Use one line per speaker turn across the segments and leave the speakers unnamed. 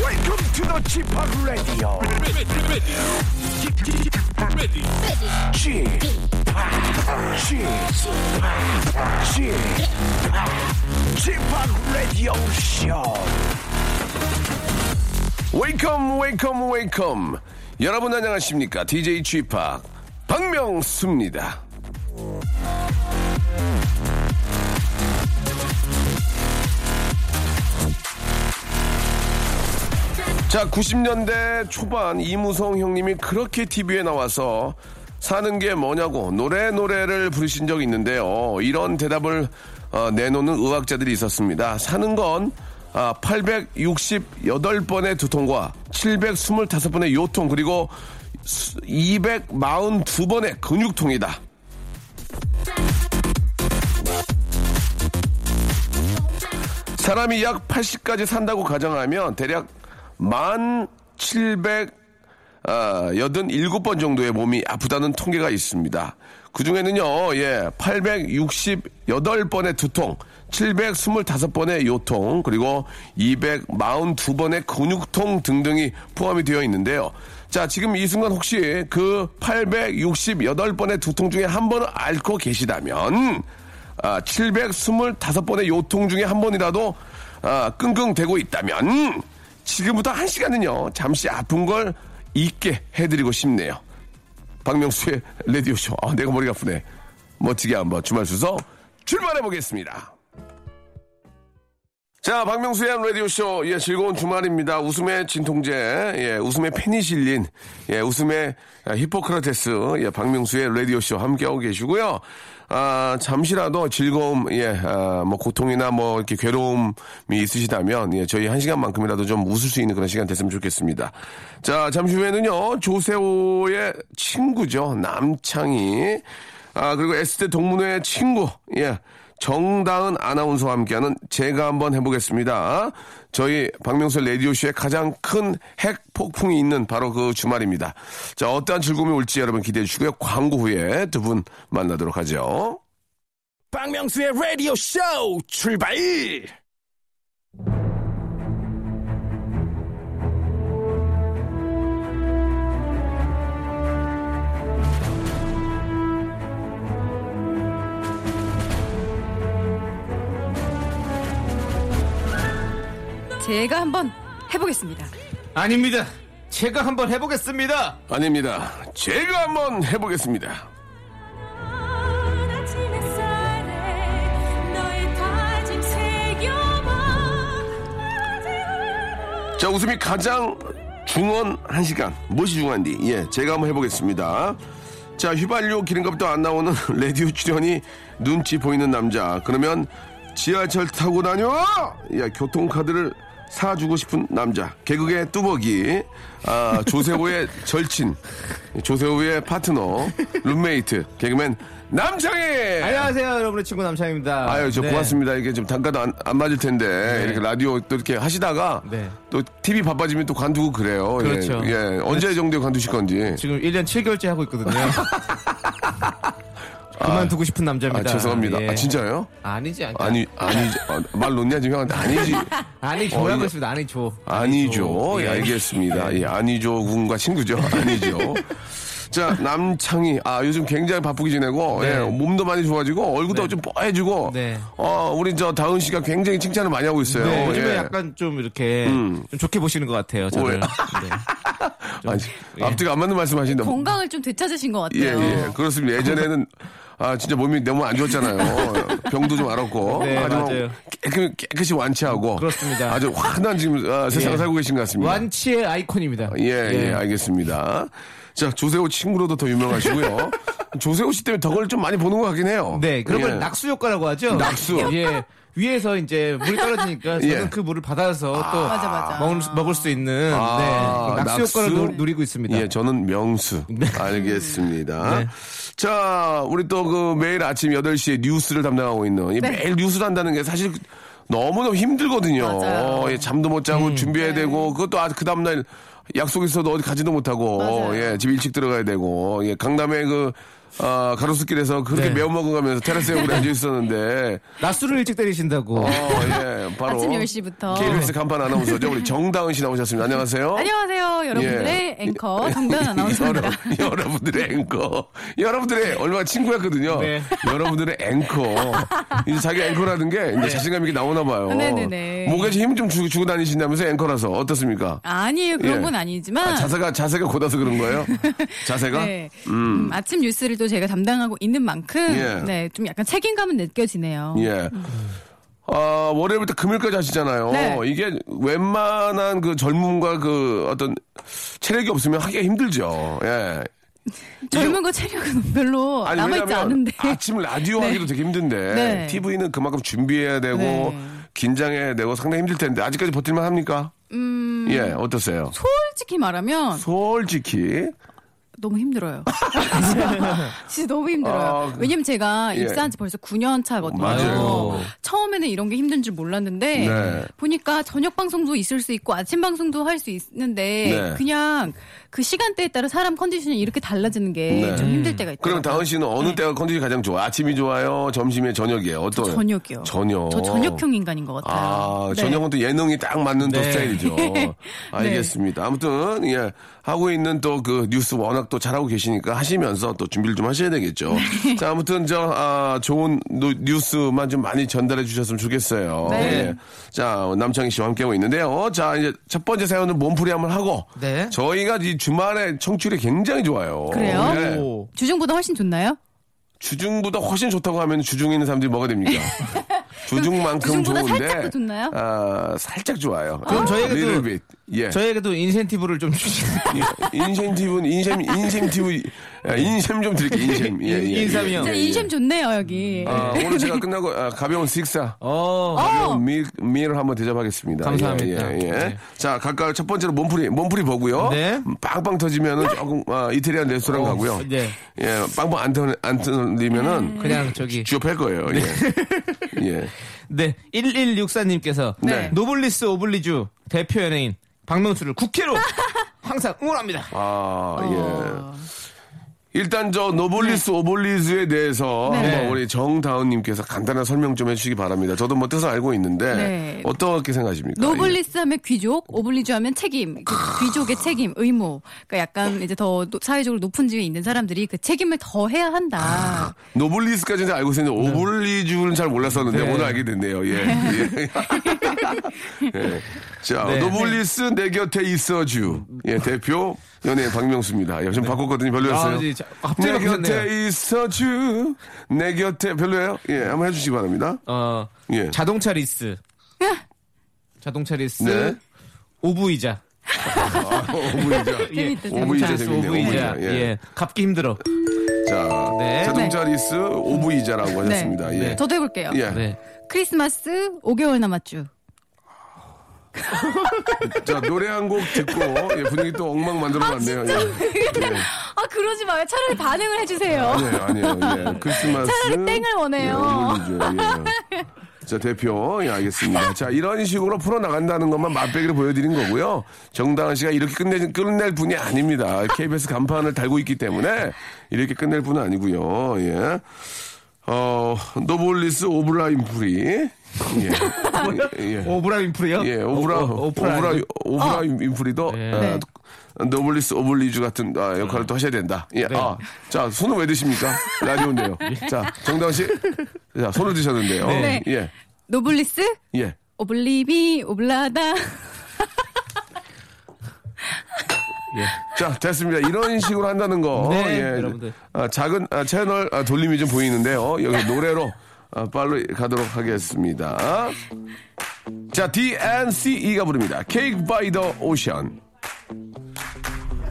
Welcome to the Chip Radio. Chip Chip Chip Radio Show. Welcome, welcome, welcome. 여러분 안녕하십니까? DJ Chip 박명수입니다. 자, 90년대 초반 이무성 형님이 그렇게 TV에 나와서 사는 게 뭐냐고 노래 노래를 부르신 적이 있는데요. 이런 대답을 어, 내놓는 의학자들이 있었습니다. 사는 건 아, 868번의 두통과 725번의 요통 그리고 242번의 근육통이다. 사람이 약 80까지 산다고 가정하면 대략 아, 1,787번 정도의 몸이 아프다는 통계가 있습니다. 그 중에는요, 예, 868번의 두통, 725번의 요통, 그리고 242번의 근육통 등등이 포함이 되어 있는데요. 자, 지금 이 순간 혹시 그 868번의 두통 중에 한 번을 앓고 계시다면, 아, 725번의 요통 중에 한 번이라도 아, 끙끙대고 있다면 지금부터 한 시간은요 잠시 아픈 걸 잊게 해드리고 싶네요. 박명수의 레디오 쇼. 아, 내가 머리가 아프네. 멋지게 한번 주말 순서 출발해 보겠습니다. 자, 박명수의 라디오쇼. 예, 즐거운 주말입니다. 웃음의 진통제, 예, 웃음의 페니실린, 예, 웃음의 아, 히포크라테스, 예, 박명수의 라디오쇼 함께하고 계시고요. 아, 잠시라도 즐거움, 예, 아, 뭐, 고통이나 뭐, 이렇게 괴로움이 있으시다면, 예, 저희 한 시간만큼이라도 좀 웃을 수 있는 그런 시간 됐으면 좋겠습니다. 자, 잠시 후에는요, 조세호의 친구죠. 남창희. 아, 그리고 S대 동문회 친구, 예. 정다은 아나운서와 함께하는 제가 한번 해보겠습니다. 저희 박명수 라디오쇼의 가장 큰 핵폭풍이 있는 바로 그 주말입니다. 자, 어떠한 즐거움이 올지 여러분 기대해 주시고요. 광고 후에 두 분 만나도록 하죠.
박명수의 라디오 쇼 출발!
제가 한번 해보겠습니다.
아닙니다. 제가 한번 해보겠습니다.
아닙니다. 제가 한번 해보겠습니다. 자, 웃음이 가장 중원 한 시간. 무엇이 중요한디? 예, 제가 한번 해보겠습니다. 자, 휘발유 기름값도 안 나오는 라디오 출연이 눈치 보이는 남자. 그러면 지하철 타고 다녀! 예, 교통카드를 사주고 싶은 남자. 개그의 뚜벅이. 아, 조세호의 절친. 조세호의 파트너. 룸메이트. 개그맨 남창희!
안녕하세요, 여러분의 친구 남창입니다.
아유, 저
네.
고맙습니다. 이게 좀 단가도 안, 안 맞을 텐데 이렇게 라디오 또 이렇게 하시다가
네.
또 TV 바빠지면 또 관두고 그래요. 예,
그렇죠.
예, 언제 정도에 관두실 건지.
지금 1년 7개월째 하고 있거든요. 그만두고 싶은
아
남자입니다.
죄송합니다.
예.
아 진짜요?
아니지, 아니,
아니 아니 아, 말 놓냐 지금 형한테 아니지
아니,
어,
조라고
이거-
했습니다. 아니죠. 예.
아니죠. 예, 알겠습니다. 예, 아니죠 군과 친구죠. 아니죠. 자 남창희 아 요즘 굉장히 바쁘게 지내고
네.
예, 몸도 많이 좋아지고 얼굴도 좀 뽀해지고
네.
어 우리 저 다은 씨가 굉장히 칭찬을 많이 하고 있어요.
네, 요즘에
예. 음.
약간 좀 이렇게 좀 좋게 보시는 것 같아요.
왜?
저를. 네.
아니,
예.
앞뒤가 안 맞는 말씀하신다.
건강을 좀 되찾으신 것
예,
같아요.
네.
예. 그렇습니다. 예전에는 아 진짜 몸이 너무 안 좋았잖아요. 병도 좀 앓았고
네,
하지만
맞아요.
깨끗, 깨끗이 완치하고
그렇습니다.
아주 환한 지금 아, 세상을
예.
살고 계신 것 같습니다.
완치의 아이콘입니다. 예.
예, 예, 알겠습니다. 자, 조세호 친구로도 더 유명하시고요. 조세호 씨 때문에 덕을 좀 많이 보는 것 같긴 해요.
네, 그런 걸
예.
낙수 효과라고 하죠.
낙수.
예. 위에서 이제 물이 떨어지니까 저는
예.
그 물을 받아서 또
맞아, 맞아.
먹을, 수- 먹을 수 있는
아,
네, 낙수,
낙수?
효과를 노- 누리고 있습니다.
예, 저는 명수. 알겠습니다. 자, 우리 또 그 매일 아침 8시에 뉴스를 담당하고 있는
네.
이 매일 뉴스를 한다는 게 사실 너무너무 힘들거든요.
맞아요. 네.
예, 잠도 못 자고 준비해야 되고 그것도 아, 그 다음날 약속 있어도 어디 가지도 못하고
맞아요.
예, 집 일찍 들어가야 되고 예, 강남의 그 아, 가로수길에서 그렇게
네.
매운 먹어가면서 테라스에 오래 앉아 있었는데
낙수를 일찍 때리신다고.
어, 예, 바로
아침 10시 부터.
KBS 간판 아나운서죠. 우리 정다은 씨 나오셨습니다. 안녕하세요.
안녕하세요, 여러분들의 앵커 정다은 아나운서입니다.
예. 여러분, 여러분들의 앵커. 여러분들의 얼마나 친구였거든요.
네.
여러분들의 앵커. 이제 자기 앵커라는 게 이제 자신감 있게 나오나 봐요.
네네네.
목에 힘좀 주고, 주고 다니신다면서 앵커라서 어떻습니까?
아니에요, 그런
예.
건 아니지만.
아, 자세가 자세가 고다서 그런 거예요? 자세가?
네. 음, 아침 뉴스를 또 제가 담당하고 있는 만큼
예.
네, 좀 약간 책임감은 느껴지네요.
예. 아, 월요일부터 금요일까지 하시잖아요.
네.
이게 웬만한 그 젊음과 그 어떤 체력이 없으면 하기가 힘들죠. 예.
젊은 거 체력은 별로
어, 아니,
남아있지
왜냐면
않은데.
아침 라디오 하기도 되게 힘든데
네.
TV는 그만큼 준비해야 되고
네.
긴장해야 되고 상당히 힘들 텐데 아직까지 버틸만 합니까?
음.
예, 어떠세요?
솔직히 말하면
솔직히
너무 힘들어요. 진짜, 진짜 너무 힘들어요.
아, 그-
왜냐면 제가
예.
입사한 지 벌써 9년 차거든요.
맞아요.
처음에는 이런 게 힘든 줄 몰랐는데
네.
보니까 저녁 방송도 있을 수 있고 아침 방송도 할 수 있는데
네.
그냥 그 시간대에 따라 사람 컨디션이 이렇게 달라지는 게
네.
좀 힘들 때가 있더라고요.
그럼 다은 씨는 어느 때가 컨디션이 가장 좋아? 아침이 좋아요? 점심에 저녁이에요? 어떤
네. 저녁이요.
저녁.
저 저녁형 인간인 것 같아요.
아,
네.
전형은 또 예능이 딱 맞는 또
네.
스타일이죠. 알겠습니다. 아무튼, 예, 하고 있는 또 그 뉴스 워낙 또 잘하고 계시니까 하시면서 또 준비를 좀 하셔야 되겠죠.
네.
자, 아무튼 저, 아, 좋은 노- 뉴스만 좀 많이 전달해 주셨으면 좋겠어요.
네.
예. 자, 남창희 씨와 함께하고 있는데요. 자, 이제 첫 번째 사연은 몸풀이 한번 하고.
네.
저희가 이 주말에 청취율이 굉장히 좋아요.
그래요?
예.
오.
주중보다 훨씬 좋나요?
주중보다 훨씬 좋다고 하면 주중에 있는 사람들이 뭐가 됩니까? 주중만큼
주중보다
좋은데
살짝 더 좋나요?
아, 살짝 좋아요.
그럼 저에게도-
little bit. 예.
네. 저에게도 인센티브를 좀 주시는
인센티브는 인셈 인센티브 아, 인셈 좀 드릴게요. 인셈. 예, 예, 예.
인삼이요.
진짜 인심 좋네요 여기.
아, 오늘 제가 끝나고 아, 가벼운 식사.
어.
가벼운 밀, 밀을 한번 대접하겠습니다.
감사합니다.
예, 예, 예.
네.
자, 각각 첫 번째로 몸풀이, 몸풀이 보고요.
네.
빵빵 터지면은 조금, 아, 이태리안 레스토랑 가고요.
네.
예, 빵빵 안, 터, 안
음.
터지면은.
그냥 저기
취업할 거예요.
네.
예. 예.
음. 네 1164님께서
네.
노블리스 오블리주 대표 연예인 박명수를 국회로 항상 응원합니다.
아,
어.
예. 일단 저 노블리스 오블리즈에 대해서
네.
한번 우리 정다은님께서 간단한 설명 좀 해주시기 바랍니다. 저도 뭐 뜻을 알고 있는데
네.
어떻게 생각하십니까?
노블리스 하면 귀족, 오블리주 하면 책임, 그 귀족의 책임, 의무. 그러니까 약간 이제 더 노- 사회적으로 높은 지위에 있는 사람들이 그 책임을 더 해야 한다.
예. 노블리스까지는 알고 있었는데 오블리주는 잘 몰랐었는데
네.
오늘 알게 됐네요. 예. 예. 예. 자,
네.
노블리스 내 곁에 있어주. 예, 대표 연예인 박명수입니다. 예, 좀 바꿨거든요. 별로였어요.
아, 이제 자-
내
갑자기
곁에
바뀌었네요.
있어주. 내 곁에 별로예요? 예, 한번 해주시기 바랍니다.
어
예.
자동차 리스 자동차 리스
네.
오부이자
어, 예. 오브이자.
재밌다, 재밌다.
오브이자
자동차 리스
재밌네요.
오부이자
오브이자.
예.
예.
갚기 힘들어
자,
네.
자동차 리스 오브이자라고 하셨습니다. 예.
저도 해볼게요.
예.
네
크리스마스 5개월 남았죠.
자, 노래 한 곡 듣고 예, 분위기 또 엉망 만들어 놨네요. 예.
아 그러지 마요. 차라리 반응을 해주세요.
아니에요, 아니에요. 예. 크리스마스.
차라리 땡을 원해요.
예, 오브이자. 예. 자, 대표. 예, 알겠습니다. 자, 이런 식으로 풀어나간다는 것만 맛배기를 보여드린 거고요. 정다은 씨가 이렇게 끝내, 끝낼 분이 아닙니다. KBS 간판을 달고 있기 때문에 이렇게 끝낼 분은 아니고요. 예. 어, 노블리스 오브라인프리. 예. 예.
오브라 윈프리요?
예, 오브라,
어, 오-
오브라 오브라, 인프리도
예.
아,
네.
노블리스 오블리주 같은 아, 역할을 또 하셔야 된다. 예, 아, 자, 손은 왜 드십니까? 라디오인데요. 자, 정다은 씨, 자, 손을 드셨는데요.
네.
예,
노블리스,
예.
오블리비, 오블라다.
자, 됐습니다. 이런 식으로 한다는 거.
네,
예.
여러분들.
아, 작은 아, 채널 아, 돌림이 좀 보이는데요. 여기 노래로 아, 빨리 가도록 하겠습니다. 자, DNCE가 부릅니다. Cake by the Ocean.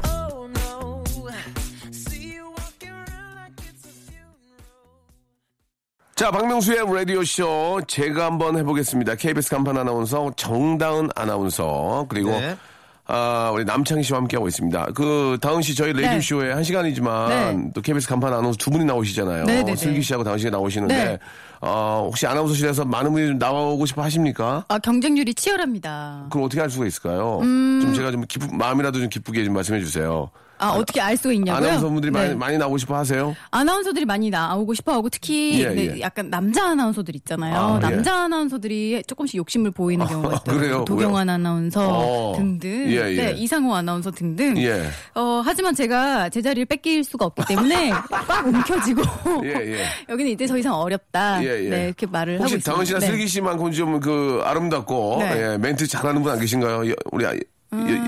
Oh no. See you walking around like it's
자, 박명수의 라디오쇼 제가 한번 해보겠습니다. KBS 간판 아나운서 정다은 아나운서 그리고
네.
아, 우리 남창희 씨와 함께하고 있습니다. 그, 다은 씨, 저희
네.
라디오쇼에 한 시간이지만,
네.
또 KBS 간판 아나운서 두 분이 나오시잖아요.
네, 네, 네.
슬기 씨하고 다은 씨가 나오시는데,
네.
어, 혹시 아나운서실에서 많은 분이 좀 나오고 싶어 하십니까?
아, 경쟁률이 치열합니다.
그걸 어떻게 할 수가 있을까요?
음.
좀 제가 좀 기쁘, 마음이라도 좀 기쁘게 좀 말씀해 주세요.
아, 어떻게 알 수가 있냐고요?
아나운서분들이 많이,
네.
많이 나오고 싶어 하세요?
아나운서들이 많이 나오고 싶어하고 특히
예,
네,
예.
약간 남자 아나운서들 있잖아요.
아,
남자 아나운서들이 조금씩 욕심을 보이는 경우가 있더라고요.
그래요?
도경환 아나운서
어.
등등,
예, 예.
네, 이상호 아나운서 등등.
예.
어, 하지만 제가 제 자리를 뺏길 수가 없기 때문에 꽉 움켜쥐고
예, 예.
여기는 이제 더 이상 어렵다.
예, 예.
네, 이렇게 말을 하고
혹시
있습니다.
다은 씨나
네.
슬기 씨만큼 좀 그 아름답고
네. 음.
예, 멘트 잘하는 분 안 계신가요? 여, 우리 아-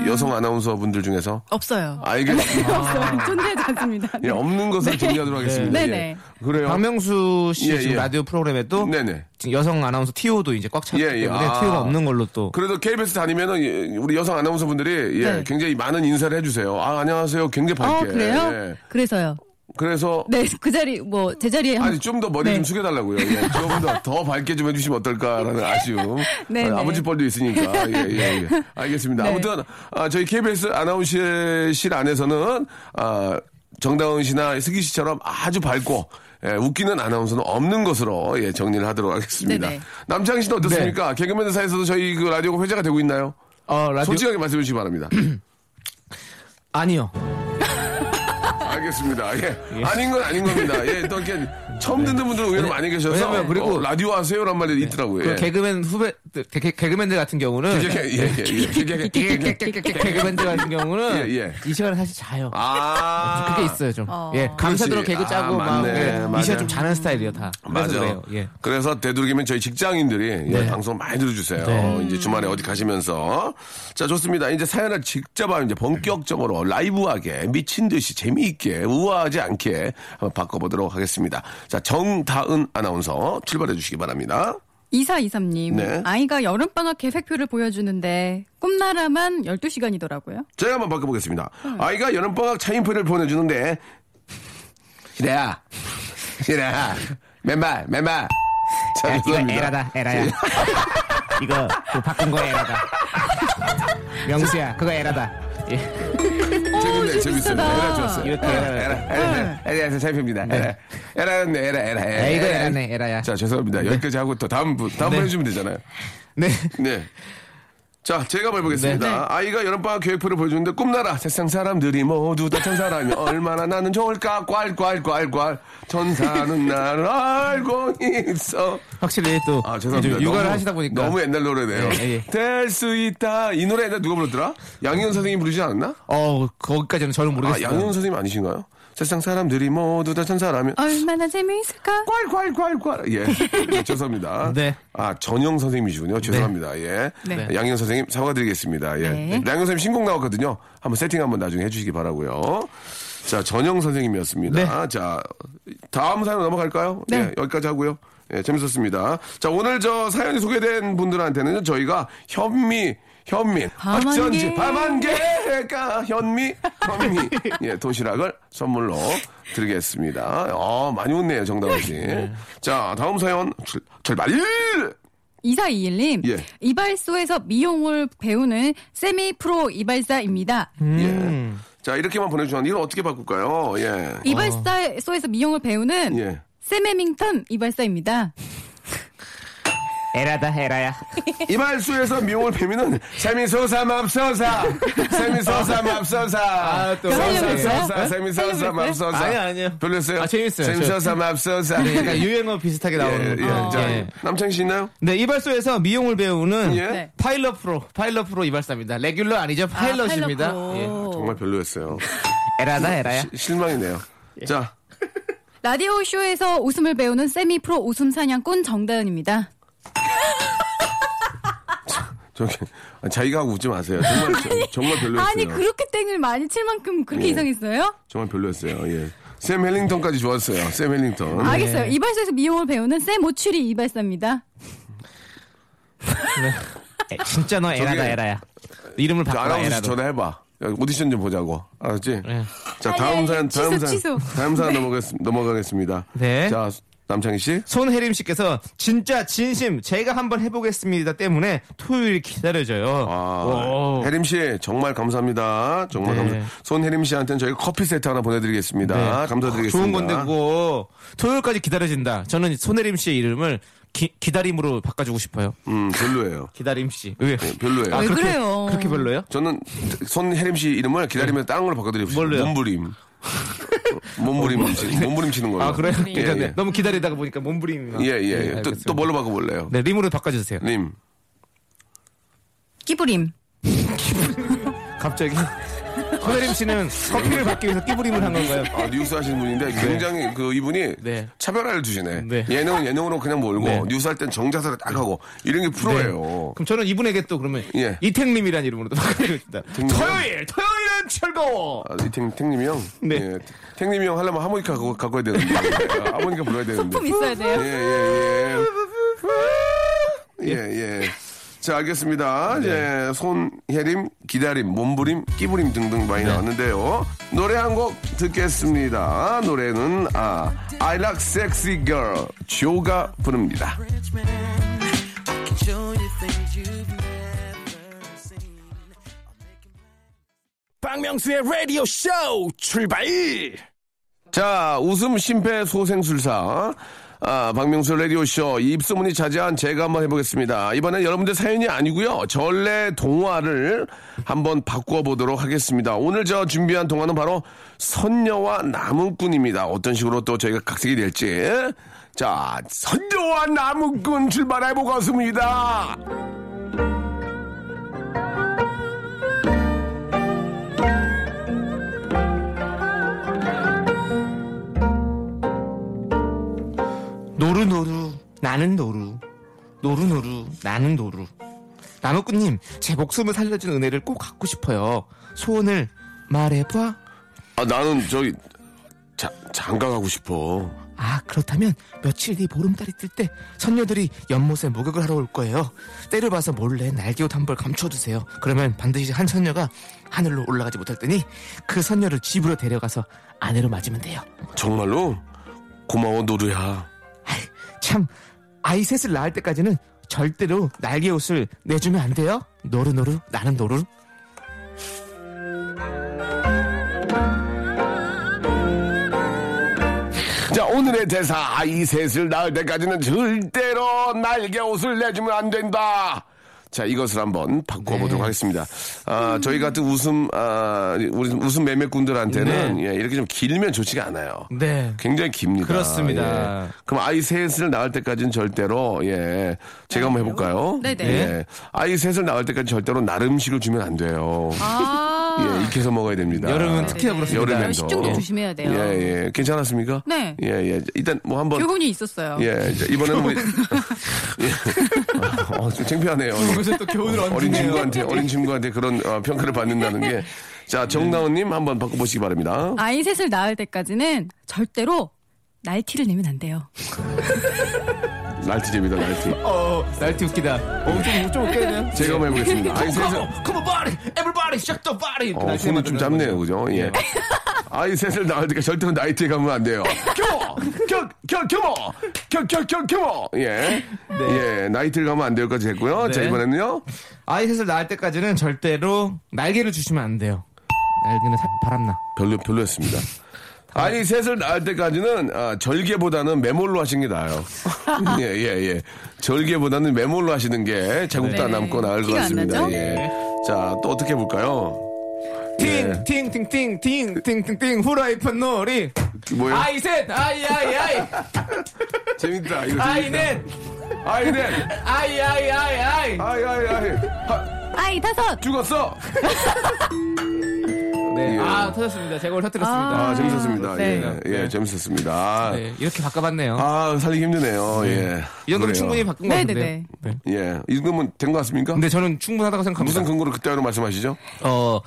여, 성 아나운서 분들 중에서
없어요.
알겠습니다.
없어요. 존재하지 않습니다.
아. 예, 없는 것을 정리하도록 하겠습니다.
네,
예.
네.
그래요.
박명수 씨
예,
지금
예.
라디오 프로그램에도
네네.
지금 여성 아나운서 티오도 이제 꽉 찼기
예, 예.
때문에
아.
티오가 없는 걸로 또
그래도 KBS 다니면은 예, 우리 여성 아나운서 분들이 예,
네.
굉장히 많은 인사를 해주세요. 아 안녕하세요. 굉장히
어,
밝게.
그래요?
예.
그래서요.
그래서
네, 그 자리, 뭐, 제 자리에. 한-
아니 좀 더 머리
네.
좀 숙여달라고요. 예, 조금 더, 더 밝게 좀 해주시면 어떨까라는 아쉬움.
네,
아,
네.
아버지 뻘도 있으니까. 예, 예, 예. 알겠습니다.
네.
아무튼 아, 저희 KBS 아나운서실 안에서는 아, 정다은 씨나 승기 씨처럼 아주 밝고 예, 웃기는 아나운서는 없는 것으로 예, 정리를 하도록 하겠습니다.
네, 네.
남창희 씨는 어떻습니까? 개그맨 사이에서도 저희 그 라디오가 회자가 되고 있나요?
어, 네. 라디오
솔직하게 말씀해 주시기 바랍니다.
아니요.
알겠습니다. 예. 아닌 건 아닌 겁니다. 예, 또 이렇게 처음 듣는 분들은 의외로
왜냐-
많이 계셔서
네. 왜냐면 그리고-
어, 라디오 하세요란 말이 있더라고요.
그
예.
개그맨 후배 개, 개- 개그맨들 같은 경우는
예, 예, 예, 예.
개- 개- 개- 개- 개그맨들 같은 경우는
예, 예.
이 시간에 사실 자요.
아.
그게 있어요 좀. 예, 감사도록
그렇지.
개그 짜고
아,
막
맞네,
예,
맞아.
이 시간 좀 자는 스타일이요 다. 그래서
맞아요.
그래요. 예.
그래서 되도록이면 저희 직장인들이 예,
네.
방송 많이 들어주세요.
네.
이제 주말에 어디 가시면서 자 좋습니다. 이제 사연을 직접 이제 본격적으로 라이브하게 미친 듯이 재미있게 우아하지 않게 한번 바꿔보도록 하겠습니다. 자 정다은 아나운서 출발해 주시기 바랍니다.
2423님,
네.
아이가 여름방학 계획표를 보여주는데 꿈나라만 12시간이더라고요.
제가 한번 바꿔보겠습니다. 아이가 여름방학 차인표를 보내주는데, 시래야, 시래야, 맨발, 맨발. 자, 죄송합니다. 네,
에라야. 이거 그 바꾼 거 에라다. 명수야, 그거 에라다. 예.
재밌네, 재밌어요.
비싸다.
에라 좋았어요.
이렇게
에라,
에라를-
에라, 에라, 에라에서 차인표입니다. 에라, 에라였네, 에라, 에라, 에라.
네. 에이거
에라.
에라네, 에라야.
자, 죄송합니다. 여기까지 하고 또 다음 분, 다음 분
네.
해주면 되잖아요.
네.
네. 자, 제가 말해보겠습니다.
네.
아이가 여름방학 계획표를 보여주는데 꿈나라 세상 사람들이 모두 다 천사라면 얼마나 나는 좋을까 꽐꽐꽐꽐 천사는 나를 알고 있어.
확실히 또
아 죄송합니다.
이제 육아를
너무-
하시다 보니까
너무 옛날 노래네요.
예, 예.
될 수 있다 이 노래 옛날 누가 불렀더라? 양희은 선생님 부르지 않았나?
어 거기까지는 저는
아
모르겠어요.
양희은 선생님 아니신가요? 세상 사람들이 모두 다 천사라면
얼마나 재미있을까?
꽐꽐꽐꽐 예 네, 죄송합니다.
네.
아 전영 선생님이시군요. 죄송합니다. 예.
네.
양현 선생님 사과드리겠습니다. 예.
네.
양현 선생님 신곡 나왔거든요. 한번 세팅 한번 나중에 해주시기 바라고요. 자 전영 선생님이었습니다. 자 다음 사연 넘어갈까요?
네.
예, 여기까지 하고요. 예, 재밌었습니다. 자 오늘 저 사연이 소개된 분들한테는 저희가 현미 현민
밤한
어쩐지
개.
밤한개가 현미 현미 예 도시락을 선물로 드리겠습니다. 어 많이 웃네요 정다은 씨. 자 다음 사연 출, 출발.
2421님,
예.
이발소에서 미용을 배우는 세미 프로 이발사입니다.
음, 어.
예. 자 이렇게만 보내주셨는데 이걸 어떻게 바꿀까요? 예.
이발소에서 미용을 배우는
예.
세메밍턴 이발사입니다.
에라다 에라야.
이발소에서 미용을 배미는 세미소사 맙소사 세미소사 맙소사
아, 또
하려고 했어요?
소사 세미소사
하려고
맙소사
네? 아니요, 아니요.
별로였어요?
아, 재밌어요.
세미소사 맙소사
네, 약간 유행어 비슷하게 나오는.
예, 예.
거.
자,
예.
남창희 씨 있나요?
네, 이발소에서 미용을 배우는
예.
네.
파일럿 프로, 파일럿 프로 이발사입니다. 레귤러 아니죠? 파일럿입니다. 예.
아, 파일럿 프로.
정말 별로였어요.
에라다 에라야.
시- 실망이네요.
예.
자,
라디오 쇼에서 웃음을 배우는 세미 프로 웃음 사냥꾼 정다은입니다.
저기 자기가 하고 웃지 마세요. 정말 저- 정말 별로였어요. 예.
아니 그렇게 땡을 많이 칠 만큼 그렇게 이상했어요?
정말 별로였어요. 예. 샘 헬링턴까지 좋았어요. 샘 헬링턴.
알겠어요. 이발소에서 미용을 배우는 쌤 오추리 이발사입니다.
예. 에, 진짜 너 에라다
저기-
에라야. 이름을
자,
바꿔라
아나운서
에라로.
전화해봐. 야, 오디션 좀 보자고. 알았지?
네.
자,
아니,
다음
예. 아니,
사연, 다음
취소, 네.
사연.
취소.
다음 사연 넘어가겠, 넘어가겠습니다.
네.
자, 남창희 씨?
손혜림 씨께서 진짜 진심 제가 한번 해보겠습니다 때문에 토요일 기다려져요.
아,
오.
혜림 씨 정말 감사합니다. 정말
네.
감사. 손혜림 씨한테는 저희가 커피 세트 하나 보내드리겠습니다.
네.
감사드리겠습니다.
좋은 건데 그거 토요일까지 기다려진다. 저는 손혜림 씨의 이름을 기, 기다림으로 바꿔주고 싶어요.
음 별로예요.
기다림 씨. 왜? 아,
네, 별로예요.
왜
그렇게,
그래요?
그렇게 별로예요?
저는 손혜림 씨 이름을 기다리면 다른 걸로 바꿔드리고 싶어요.
네. 뭘로요?
몸부림. 몸부림 치는, 몸부림 치는 걸로.
아 그래요? 괜찮네.
예,
너무 기다리다가 보니까 몸부림이. 네,
예, 예. 예. 또,
알겠습니다.
또 뭘로 바꿔볼래요?
네 림으로 바꿔주세요.
님.
끼부림.
갑자기 손혜림 씨는 커피를 받기 위해서 끼부림을 한 건가요?
아, 뉴스 하시는 분인데 굉장히 그 이분이
네.
차별화를 두시네.
네.
예능은 예능으로 그냥 몰고
네.
뉴스 할 땐 정자세를 딱 하고 이런 게 프로예요.
그럼 저는 이분에게 또 그러면
예.
이택님이라는 이름으로 또 바꿔드리겠습니다.
땡님.
토요일 토요일은 즐거워.
아, 이 탱, 탱님이 형?
네.
예. 탱님이 형 하려면 하모니카 그거 갖고 와야 되는데. 아, 하모니카 불러야 되는데.
소품 있어야 돼요.
예, 예, 예. 예, 예. 자, 알겠습니다. 예, 손혜림, 기다림, 몸부림, 끼부림 등등 많이 나왔는데요. 노래 한 곡 듣겠습니다. 노래는, 아, I like sexy girl. 조가 부릅니다.
박명수의 라디오 쇼 출발!
자, 웃음 심폐소생술사. 아, 박명수 라디오쇼 입소문이 자제한 제가 한번 해보겠습니다. 이번엔 여러분들 사연이 아니고요 전래 동화를 한번 바꿔보도록 하겠습니다. 오늘 저 준비한 동화는 바로 선녀와 나무꾼입니다. 어떤 식으로 또 저희가 각색이 될지. 자, 선녀와 나무꾼 출발해보겠습니다.
노루노루 나는 노루 노루노루 나는 노루 나무꾼님 제 목숨을 살려준 은혜를 꼭 갖고 싶어요 소원을 말해봐
아, 나는 저기, 자, 장가 가고 싶어.
아 그렇다면 며칠 뒤 보름달이 뜰 때 선녀들이 연못에 목욕을 하러 올 거예요 때를 봐서 몰래 날개옷 한 벌 감춰주세요 그러면 반드시 한 선녀가 하늘로 올라가지 못할 테니 그 선녀를 집으로 데려가서 아내로 맞으면 돼요
정말로? 고마워, 노루야.
아이, 참 아이 셋을 낳을 때까지는 절대로 날개옷을 내주면 안 돼요. 노루노루 나는 노루.
자 오늘의 대사 아이 셋을 낳을 때까지는 절대로 날개 옷을 내주면 안 된다. 자 이것을 한번 바꿔보도록
네.
하겠습니다. 아 저희 같은 웃음 아 우리 웃음 매매꾼들한테는 예, 이렇게 좀 길면 좋지가 않아요.
네.
굉장히 깁니다.
그렇습니다.
예. 그럼 아이 셋을 낳을 때까지는 절대로 예 제가 한번 해볼까요?
네네.
예. 아이 셋을 낳을 때까지 절대로 날 음식을 주면 안 돼요.
아.
예 익혀서 먹어야 됩니다.
여름은 특히나 그렇습니다.
여름엔
식중독 조심해야 돼요.
예, 예. 괜찮았습니까?
네.
예, 예. 일단 뭐 한번
교훈이 있었어요.
예, 이제 이번에는 우리 예. 어, 좀 창피하네요.
거기서 또 교훈을
어린
얹네요.
친구한테 어린 친구한테 그런 어, 평가를 받는다는 게. 자, 정다운님 한번 바꿔보시기 바랍니다.
아이 셋을 낳을 때까지는 절대로 날티를 내면 안 돼요.
날티 재미다 날티.
어 날티 웃기다. 어좀좀 웃겨요.
제가 한번 해보겠습니다. 아이 셋을
Come on, body, everybody, shake the body.
어, 손이 좀 짧네요, 그죠? 예. 아이 셋을 낳을 때까 절대로 나이트에 가면 안 돼요. 교모, 겨, 겨, 교모, 겨, 겨, 겨, 교모. 예, 예, 나이트를 가면 안 될까지 했고요. 자
네.
이번에는요.
아이 셋을 낳을 때까지는 절대로 날개를 주시면 안 돼요. 날개는 사- 바람나.
별로 별로였습니다. 아이 셋을 낳을 때까지는 아, 절개보다는 매몰로 하시는 게 나아요. 예, 예, 예. 절개보다는 매몰로 하시는 게 자국도 안
네.
남고 나을 것
티가 안
같습니다.
나죠?
예. 자, 또 어떻게 해볼까요? 예.
팅팅팅팅팅팅팅팅팅 후라이팬 놀이.
뭐예요?
아이 셋, 아이 아이 아이,
재밌다. 이거
아이
재밌다.
넷,
아이 넷.
아이 아이 아이 아이.
아이, 아이, 아이. 아,
아이 다섯.
죽었어.
네.
예.
아, 터졌습니다. 제가 오늘 터뜨렸습니다.
아, 재밌었습니다.
네.
예, 예, 재밌었습니다.
네, 이렇게 바꿔봤네요.
아, 살리기 힘드네요. 예.
이 정도면
그래요.
충분히 네, 바꾼 것 같은데.
네네네.
네.
예. 이 정도면 된 것 같습니까?
근데 저는 충분하다고 생각합니다.
무슨 근거로 그때로 말씀하시죠?
어,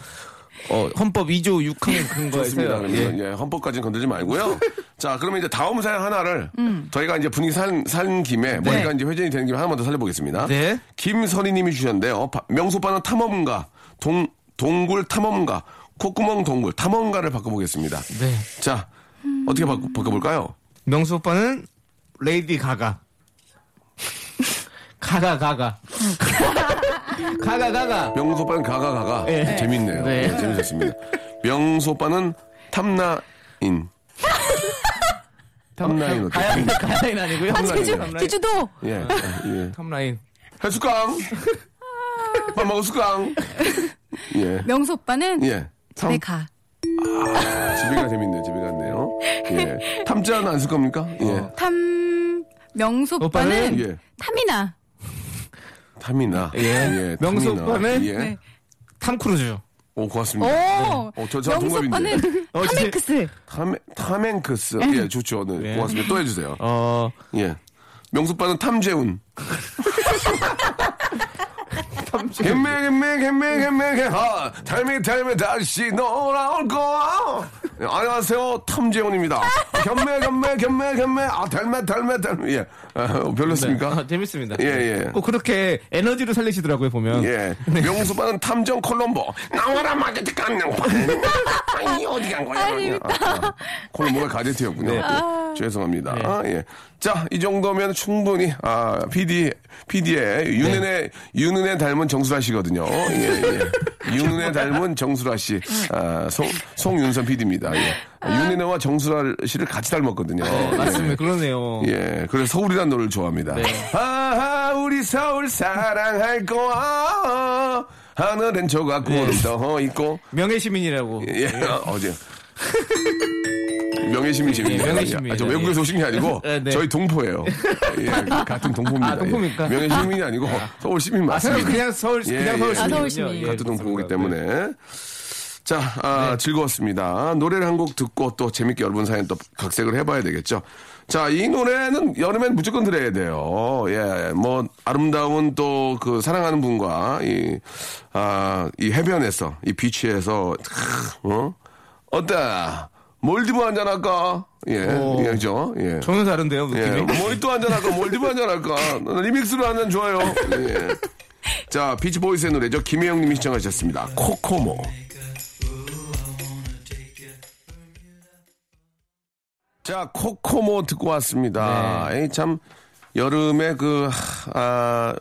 어, 헌법 2조 6항
좋습니다.
근거에서
그러면 예, 헌법까지는 건들지 말고요. 자, 그러면 이제 다음 사연 하나를 저희가 이제 분위기 산, 산 김에 머리가 이제 회전이 되는 김에 하나만 더 살려보겠습니다.
네.
김선희님이 주셨는데요. 바- 명소빠는 탐험가, 동 동굴 탐험가, 콧구멍 동굴 탐험가를 바꿔보겠습니다.
네.
자, 어떻게 바꿔, 바꿔볼까요?
명수 오빠는 레이디 가가. 가가 가가. 가가
아,
가가.
명수 오빠는 가가 가가
예.
재밌네요.
네.
예, 재밌었습니다. 명수 오빠는 탐나인. 탐나인 어때?
가야 가야인 아니고요.
아, 제주,
탐라인.
제주도!
예, 예.
탑라인.
해수강. 밥 먹었수강. 예,
명수 오빠는
예. 아,
집에 가.
집에가 재밌네요. 집에 갔네요. 예. 탐자는 안 쓸 겁니까? 예.
어. 탐, 명수
오빠는?
오빠는
예.
탐이나.
탐이나. 예.
명수
탐이나.
오빠는?
예.
네.
탐 크루즈.
오,
오!
고맙습니다. 어, 저, 저
명수
동갑인데.
오빠는
어, 진짜-
타메크스.
탐, 탐행크스. 예, 좋죠. 네.
예.
고맙습니다. 또 해주세요.
어
예. 명수빠는 탐재훈. gem맹, gem맹, gem맹, gem맹, gem하. 닮이, 닮이, 다시 돌아올 거야. 예, 안녕하세요. 탐재훈입니다. 겸매, 겸매, 겸매, 겸매. 아, 닮아, 닮아, 닮아. 예. 아, 별로였습니까?
아, 재밌습니다.
예, 예.
꼭 그렇게 에너지로 살리시더라고요 보면.
예. 명수빠는 탐정 콜롬보. 나와라, 마게트 깐냥. 아니, 어디 간 거야, 그냥. 아, 아. 콜롬보가 가제트였군요. 예. 죄송합니다. 아, 예. 자, 이 정도면 충분히, 아, PD, PD의 윤은혜, 윤은혜 닮은 정수라 씨거든요. 예, 예. 윤은혜 닮은 정수라 씨. 아, 송, 송윤선 PD입니다. 예. 윤은혜와 정수라 씨를 같이 닮았거든요. 예.
맞습니다. 그러네요.
예, 그래서 서울이란 노래를 좋아합니다.
네.
아하, 우리 서울 사랑할 거야. 하늘엔 조각
네.
구름 떠 있고.
명예 시민이라고.
예, 어제. 명예시민 재밌네요.
명예시민.
아, 저 외국에서 오신 게 아니고
네, 네.
저희 동포예요. 예, 같은 동포입니다.
아, 동포입니까?
예. 명예시민이 아니고 서울 시민
아,
맞습니다.
서울 그냥 서울
예,
그냥
예.
서울
아,
서울
시민이군요.
시민.
예,
같은 동포이기
맞습니다. 네.
때문에. 자, 아, 즐거웠습니다. 노래를 한 곡 듣고 또 재밌게 여러분 사연 또 각색을 해봐야 되겠죠. 자, 이 노래는 여름엔 무조건 들어야 돼요. 예, 뭐, 아름다운 또 그 사랑하는 분과 이, 아, 이 해변에서, 이 비치에서, 크, 어? 어때? 몰디브 한잔할까? 예,
오.
예, 그죠? 예.
전혀 다른데요
예,
느낌이.
모히또 한잔할까? 몰디브 한잔할까? 나는 리믹스로 한잔 좋아요. 예. 자, 비치보이스의 노래죠. 김혜영 님이 신청하셨습니다. 코코모. 자, 코코모 듣고 왔습니다.
네.
에이, 참, 여름에 그, 하, 아,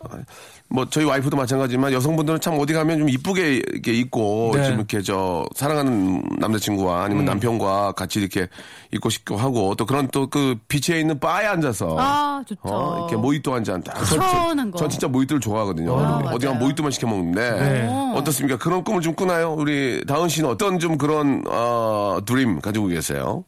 뭐, 저희 와이프도 마찬가지지만 여성분들은 참 어디 가면 좀 이쁘게 이렇게 입고,
네.
좀 이렇게 저, 사랑하는 남자친구와
음.
아니면 남편과 같이 이렇게 입고 싶고 하고, 또 그런 또 그 비치에 있는 바에 앉아서.
아, 좋죠.
어, 이렇게 모히또 한잔 딱. 저-
시원한
저-
거.
저 진짜 모히또를 좋아하거든요. 어디 가면
맞아요. 네.
모히또만 시켜 먹는데. 어떻습니까? 그런 꿈을 좀 꾸나요? 우리 다은 씨는 어떤 좀 그런, 어, 드림 가지고 계세요?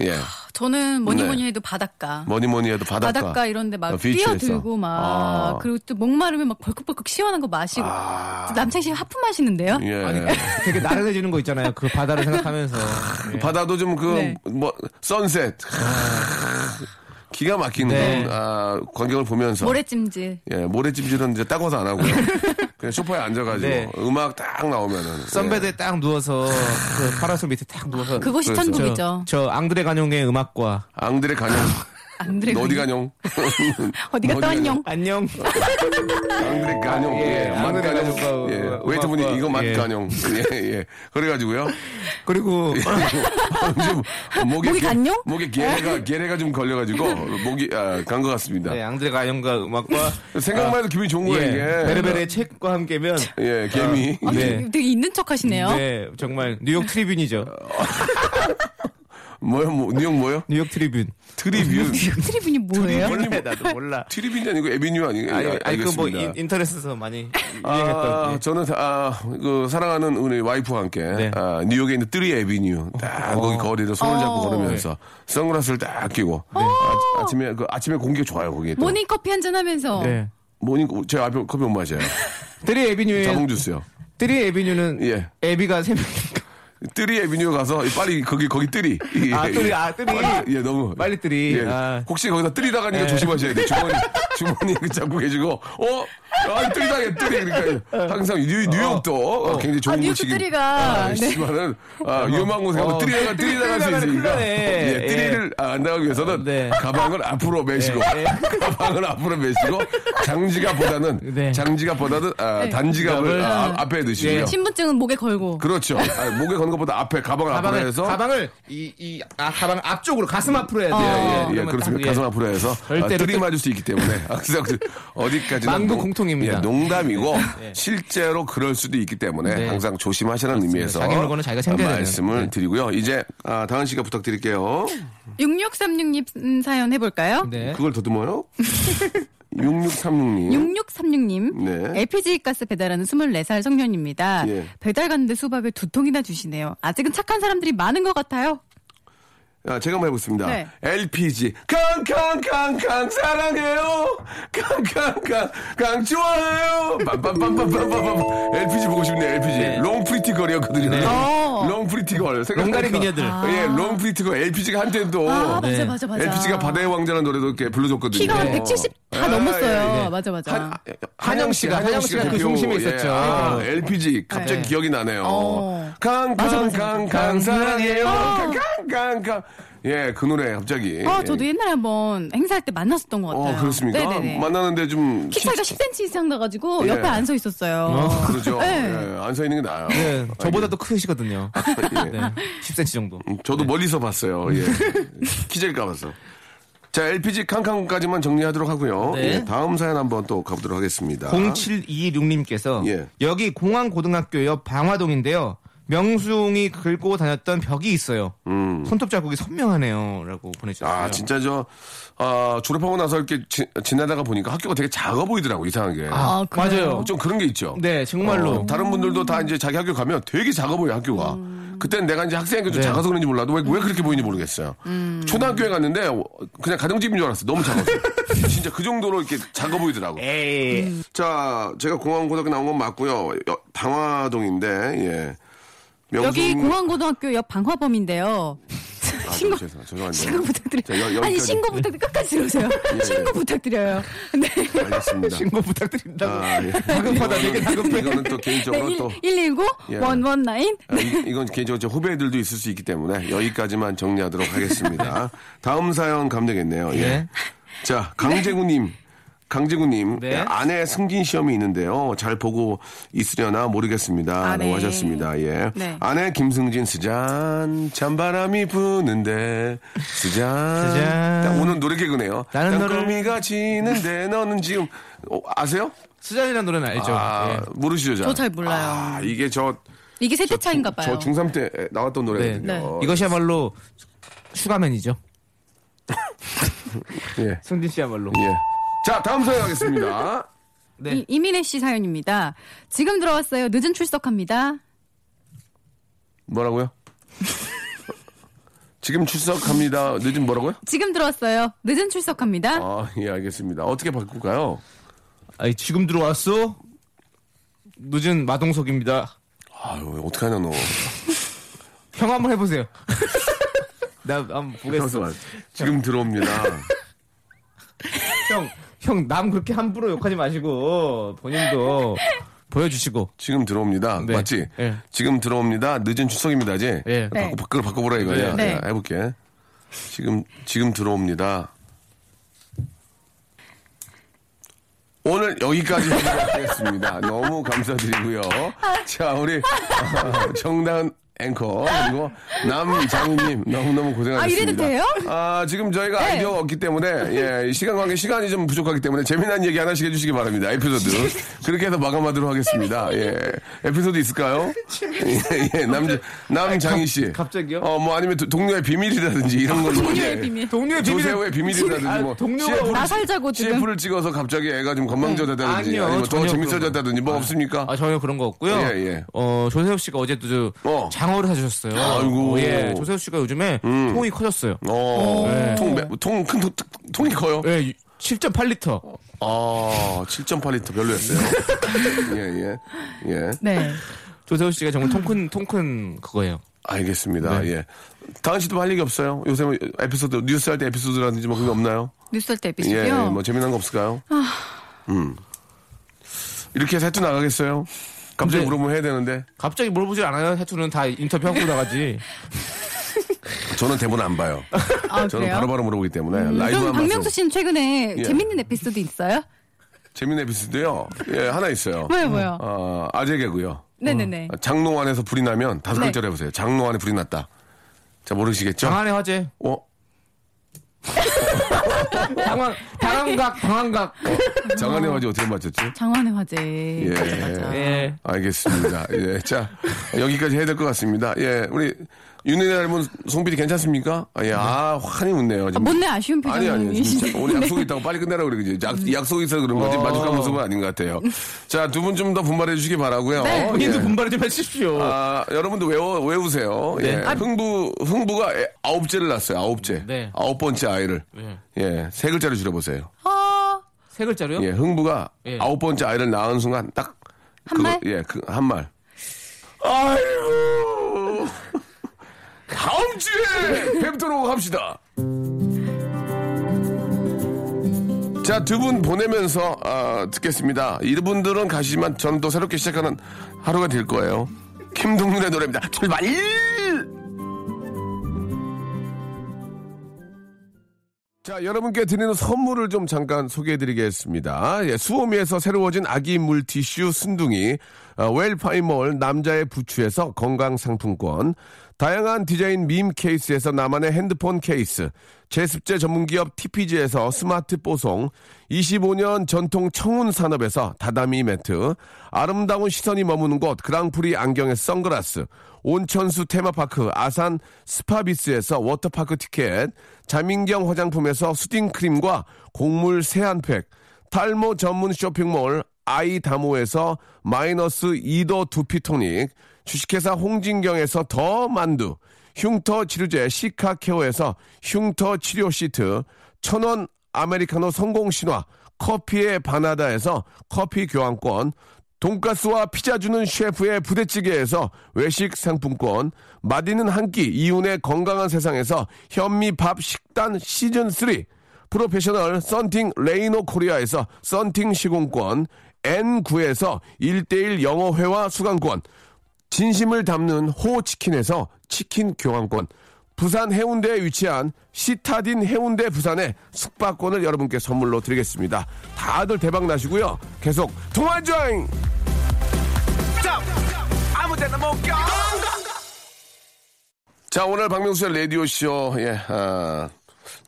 예.
저는 뭐니
네.
뭐니 해도 바닷가.
뭐니 뭐니 해도 바닷가.
바닷가 이런 데 막
어, 비치에서.
뛰어들고 막
아.
그리고 또 목마르면 막 벌컥벌컥 시원한 거 마시고
아.
남창 씨 하품 마시는데요?
예.
되게 나른해지는 거 있잖아요. 그 바다를 생각하면서. 예.
바다도 좀 그,
네.
뭐, 선셋. 기가 막힌
아. 네.
그런, 아, 광경을 보면서.
모래찜질.
예, 모래찜질은 이제 따고서 안 하고요. 그냥 소파에 앉아가지고
네.
음악 딱 나오면은. 예.
선베드에 딱 누워서 그 파라솔 밑에 딱 누워서
그것이
그래서.
천국이죠.
저 앙드레 가뇽의 음악과
앙드레 가뇽.
안 들어.
너 어디 가뇽?
어디 갔다 왔뇽?
안녕
앙드레 가뇽.
예,
예, 맛 가뇽.
앙드레 가뇽과
예,
음악과-
웨이터분이 이거 맛
예.
가뇽. 예, 예. 그래가지고요.
그리고
네.
좀 목에
목이
게-
간뇽?
목에 게레가 게레가 좀 걸려가지고 목이 아, 간 것 같습니다.
예. 네, 앙드레 가뇽과 음악과
생각만 해도 기분이 좋은
예,
거예요 이게.
베르베르의 책과 함께면
예, 개미.
네. 아,
예.
되게, 되게 있는 척 하시네요.
네 정말 뉴욕 트리뷴이죠
뭐요? 뭐, 뉴욕 뭐요?
뉴욕 트리뷴
트리뷴.
그 트리분이 뭐예요?
몰라 나도 몰라
트리뷴이 아니고 에비뉴 아니에요?
아니, 아니 그뭐
알겠습니다.
인터넷에서 많이
아,
유행했던
저는 아, 그 사랑하는 우리 와이프와 함께
네. 어.
아, 뉴욕에 있는 뜨리 에비뉴 딱 거기 거리를 손을 잡고 걸으면서 선글라스를 딱 끼고
어.
아, 침에그 아침에 공기 좋아요 거기 또
모닝 커피 한잔 하면서
예. 네.
모닝 제 앞에 커피 못 마셔요
트리 에비뉴의
자몽주스요
트리 에비뉴는
예.
에비가 세 명이니까
뜨리 에비뉴 가서 빨리 거기 거기 뜨리 예,
아,
예.
뜨리, 아, 뜨리.
빨리, 예 너무 예.
빨리 뜨리. 아.
혹시 거기서 뜨리 나가니까 조심하셔야 돼 주머니 주머니 잡고 계시고 어 아, 뜨리 당해 뜨리 그러니까 항상 뉴, 뉴욕도 어, 굉장히
아,
좋은
뉴욕
곳이긴
뜨리가, 네.
하지만은 아, 위험한 곳에 가면
어.
뜨리가 뜨리 나갈 수
뜨리 나가면 큰일
있으니까
나네.
예, 뜨리를 아, 안 나가기 위해서는
네.
가방을 앞으로 메시고 가방을 앞으로 메시고 장지갑보다는
네.
네.
장지갑보다는 아, 단지갑을
지갑을. 예.
아, 앞에 드시고요
신분증은 목에 걸고
그 그렇죠. 아, 목에 거는 것보다 앞에 가방을 앞으로
가방을
해서
가방을 이 이 아, 가방 앞쪽으로 가슴 앞으로 해야 돼요.
예, 예, 예,
어, 그러면
그렇습니다.
딱,
가슴 앞으로 해서 아,
절대로
들이 맞을 수 있기 때문에 아, 그래서 어디까지나
망부
농-
공통입니다. 예.
예, 농담이고 실제로 그럴 수도 있기 때문에
네.
항상 조심하시라는 의미에서 아,
자기 물건은 자기가 챙겨야 되는.
말씀을
네.
드리고요. 이제 아, 다은 씨가 부탁드릴게요.
6636님 사연 해볼까요?
네.
그걸 더듬어요? 6636님.
6636님,
네.
LPG 가스 배달하는 24살 청년입니다.
예.
배달 갔는데 수박을 두 통이나 주시네요. 아직은 착한 사람들이 많은 것 같아요.
아, 제가 한번 해보겠습니다.
네.
LPG. 캉캉캉캉 사랑해요. 캉캉캉 캉 좋아해요. 빰빰빰빰빰빰빰. LPG 보고 싶네요. LPG. 롱프리티 걸이었거든요.
어.
롱프리티 걸. 생각하니까.
네. 롱다리 미녀들.
예, 롱프리티 걸. LPG가 한때 또
아, 맞아,
네.
맞아, 맞아.
LPG가 네. 바다의 왕자라는 노래도 이렇게 불러줬거든요.
키가 한 170 다 넘었어요.
예, 예.
맞아, 맞아.
한,
한영 씨가, 한영 씨가 그
대표,
중심에
예.
있었죠.
아, LPG 갑자기
네.
기억이 나네요.
어.
강강강강 사랑해요. 강강강강 예, 그 노래 갑자기.
어,
예.
저도 옛날에 한번 행사할 때 만났었던 것
어,
같아요.
그렇습니까?
네네네.
만나는데 좀
키 차이가 10cm 이상 나가지고
예.
옆에 안 서 있었어요.
그러죠.
네.
예, 안서 있는 게 나아요.
네, 저보다도
아,
크시거든요.
예.
네, 10cm 정도.
음, 저도 멀리서 봤어요. 예. 키질까 봐서. 자, LPG 캉캉까지만 정리하도록 하고요.
네.
예, 다음 사연 한번 또 가보도록 하겠습니다.
0726님께서
아. 예.
여기 공항 고등학교 옆 방화동인데요. 명수홍이 긁고 다녔던 벽이 있어요. 손톱 자국이 선명하네요라고 보내주셨어요.
음. 아, 진짜 저, 아, 졸업하고 나서 이렇게 지, 지나다가 보니까 학교가 되게 작아 보이더라고, 이상하게.
아, 그래요?
맞아요.
좀 그런 게 있죠.
네, 정말로.
어, 다른 분들도 다 이제 자기 학교 가면 되게 작아 보여, 학교가. 그땐 내가 이제 학생이니까 좀
네.
작아서 그런지 몰라도 왜, 왜 그렇게 보이는지 모르겠어요.
음.
초등학교에 갔는데 그냥 가정집인 줄 알았어. 너무 작아서. 진짜 그 정도로 이렇게 작아 보이더라고.
에이.
자, 제가 공항고등학교 나온 건 맞고요. 여- 방화동인데, 예. 명수
여기 공항고등학교 옆 방화범인데요.
아,
신고
죄송- 죄송한데. 자,
신고
여-
부탁드려요.
여기까지. 네.
아니 신고 부탁드 끝까지 들어오세요.
예.
신고 부탁드려요. 네.
알겠습니다.
신고 부탁드린다고.
아, 예.
다급하다, 되게 다급해.
이거는 또 개인적으로
네,
또
119
예.
119.
아, 이- 이건 개인적으로 제 후배들도 있을 수 있기 때문에 여기까지만 정리하도록 하겠습니다. 다음 사연 감되겠네요. 예.
예.
자, 강재구님. 강재구님, 예,
네.
아내 승진 시험이 있는데요. 잘 보고 있으려나 모르겠습니다.
아,
라고
네.
하셨습니다. 예.
네.
아내 김승진, 스잔, 찬바람이 부는데, 스잔.
스잔.
딱 오늘 노래 개그네요.
나는 너를-
땅거미가 지는데, 너는 지금, 어, 아세요?
수잔이라는 노래는 알죠?
아,
예.
모르시죠? 잘?
저잘 몰라요.
아, 이게 저,
이게 세대 차인가 봐요.
저 중3 때 나왔던
네.
노래거든요.
네.
이것이야말로 슈가맨이죠.
예.
승진 씨야말로.
예. 자, 다음 사연 하겠습니다.
네.
이, 이민혜 씨 사연입니다. 지금 들어왔어요. 늦은 출석합니다.
뭐라고요? 지금 출석합니다. 늦은 뭐라고요?
지금 들어왔어요. 늦은 출석합니다.
아, 예, 알겠습니다. 어떻게 바꿀까요?
아니, 지금 들어왔어? 늦은 마동석입니다.
아유, 어떡하냐, 너.
형 한번 해보세요. 나 한번 보겠어.
잠깐만. 지금 들어옵니다.
형, 형, 남 그렇게 함부로 욕하지 마시고, 본인도 보여주시고.
지금 들어옵니다.
네.
맞지?
예.
지금 들어옵니다. 늦은 출석입니다지?
네.
예.
바꿔, 바꿔, 바꿔보라 이거야.
네.
예, 해볼게. 지금, 지금 들어옵니다. 오늘 여기까지 하도록 하겠습니다. 너무 감사드리고요. 자, 우리 어, 정다은 앵커 그리고 남장우님 너무너무 고생하셨습니다.
아, 이래도 돼요?
아, 지금 저희가
네.
아이디어가 없기 때문에 예, 시간 관계 시간이 좀 부족하기 때문에 재미난 얘기 하나씩 해주시기 바랍니다. 에피소드 그렇게 해서 마감하도록 하겠습니다. 예, 에피소드 있을까요? 예, 예, 남자 남장희 씨.
갑자기요?
어, 뭐 아니면 도- 동료의 비밀이라든지 이런 걸로.
동료의
예.
비밀.
동료의 비밀을-
조세호의 비밀이라든지
아,
뭐
동료가
CF 를
나 살자고 지금.
CF를 찍어서 갑자기 애가 좀 건망져졌다든지
네. 아니요,
아니면 더
전혀
재밌어졌다든지 뭐 없습니까?
아, 전혀 그런 거 없고요.
예, 예.
어, 조세호 씨가 어제도 저
어.
장어를 사주셨어요.
아이고. 음.
예. 조세호 씨가 요즘에 통이 커졌어요.
어,
네.
통통큰 통이 커요.
예, 7.8리터.
아, 7.8리터 별로였어요. 예, 예, 예.
네.
조세호 씨가 정말 통큰, 통큰 그거예요.
알겠습니다. 예. 다은 씨도 할 얘기 없어요? 요새 뭐 에피소드, 뉴스 할 때 에피소드라든지 뭐 그런 거 없나요?
뉴스 할 때
예,
에피소드요. 아.
뭐 재미난 거 없을까요? 음. 이렇게 해서 해투 나가겠어요? 갑자기
네.
근데-
물어보면 해야 되는데.
갑자기 물어보질 않아요. 해투는 다 인터뷰하고 나가지.
저는 대본 안 봐요.
아,
저는
그래요? 음.
바로바로 물어보기 때문에 라이브
그럼
한
박명수
말씀.
씨는 최근에
예.
재밌는 에피소드 있어요?
재밌는 에피소드요? 예, 하나 있어요.
뭐요, 뭐요?
어, 아재 개구요.
네네네.
장로안에서 불이 나면 다섯
네.
글자로 해보세요. 장로안에 불이 났다. 자 모르시겠죠?
아.
방안의 화제.
어?
방황, 방황각, 방황각.
장안의 화제 어떻게 맞췄지?
장안의 화제.
예.
맞아, 맞아.
예.
알겠습니다. 예. 자, 여기까지 해야 될 것 같습니다. 예. 우리 윤은혜 닮은 송PD 괜찮습니까? 아, 예. 아, 환히 웃네요.
아,
지금.
못내 아쉬운
아니, 아니. 진짜.
표정이시네. 음.
오늘 약속이 있다고 빨리 끝내라고 그러지. 약, 약속이 있어서 그런 거지. 마주간 모습은 아닌 것 같아요. 자, 두 분 좀 더 분발해 주시기 바라고요
네.
어,
본인도
예.
분발을 좀 해주십시오.
아, 여러분도 외워, 외우세요. 예.
네. 아.
흥부, 흥부가 애- 아홉째를 낳았어요. 아홉째.
네.
아홉 번째 아이를.
네.
예. 세 글자로 줄여보세요.
세 글자로요?
예. 흥부가
예.
아홉 번째 아이를 낳은 순간 딱.
한 말?
예. 그, 한 말. 아이고. 다음 주에 뵙도록 합시다. 자, 두 분 보내면서 아, 듣겠습니다. 이분들은 가시지만 저는 또 새롭게 시작하는 하루가 될 거예요. 김동률의 노래입니다. 출발! 자, 여러분께 드리는 선물을 좀 잠깐 소개해드리겠습니다. 예, 수오미에서 새로워진 아기 물티슈 순둥이, 아, 웰파이몰 남자의 부추에서 건강상품권, 다양한 디자인 밈 케이스에서 나만의 핸드폰 케이스, 제습제 전문기업 TPG에서 스마트 뽀송, 25년 전통 청운 산업에서 다다미 매트, 아름다운 시선이 머무는 곳 그랑프리 안경의 선글라스, 온천수 테마파크 아산 스파비스에서 워터파크 티켓, 자민경 화장품에서 수딩크림과 곡물 세안팩, 탈모 전문 쇼핑몰 아이다모에서 마이너스 2도 두피토닉, 주식회사 홍진경에서 더 만두, 흉터 치료제 시카케어에서 흉터 치료 시트, 천원 아메리카노 성공 신화, 커피의 바나다에서 커피 교환권, 돈가스와 피자 주는 셰프의 부대찌개에서 외식 상품권, 맛있는 한 끼 이윤의 건강한 세상에서 현미밥 식단 시즌 3, 프로페셔널 썬팅 레이노 코리아에서 썬팅 시공권, N9에서 1대1 영어회화 수강권, 진심을 담는 호치킨에서 치킨 교환권, 부산 해운대에 위치한 시타딘 해운대 부산의 숙박권을 여러분께 선물로 드리겠습니다. 다들 대박 나시고요. 계속 통화 조잉! 자, 오늘 박명수의 라디오쇼, 예, 아,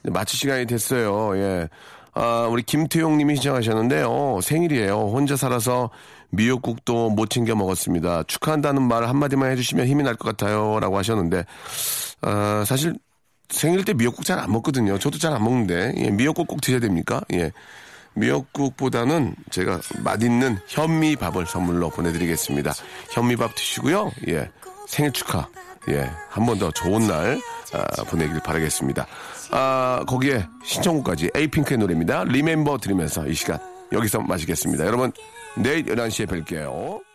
이제 마칠 시간이 됐어요, 예. 아, 우리 김태용 님이 시청하셨는데요. 생일이에요. 혼자 살아서 미역국도 못 챙겨 먹었습니다. 축하한다는 말 한마디만 해주시면 힘이 날 것 같아요. 라고 하셨는데, 아, 사실 생일 때 미역국 잘 안 먹거든요. 저도 잘 안 먹는데, 예, 미역국 꼭 드셔야 됩니까? 예. 미역국보다는 제가 맛있는 현미밥을 선물로 보내드리겠습니다. 현미밥 드시고요. 예. 생일 축하. 예. 한 번 더 좋은 날 아, 보내길 바라겠습니다. 아, 거기에 신청곡까지 에이핑크의 노래입니다. 리멤버 들으면서 이 시간 여기서 마치겠습니다. 여러분, 내일 11시에 뵐게요.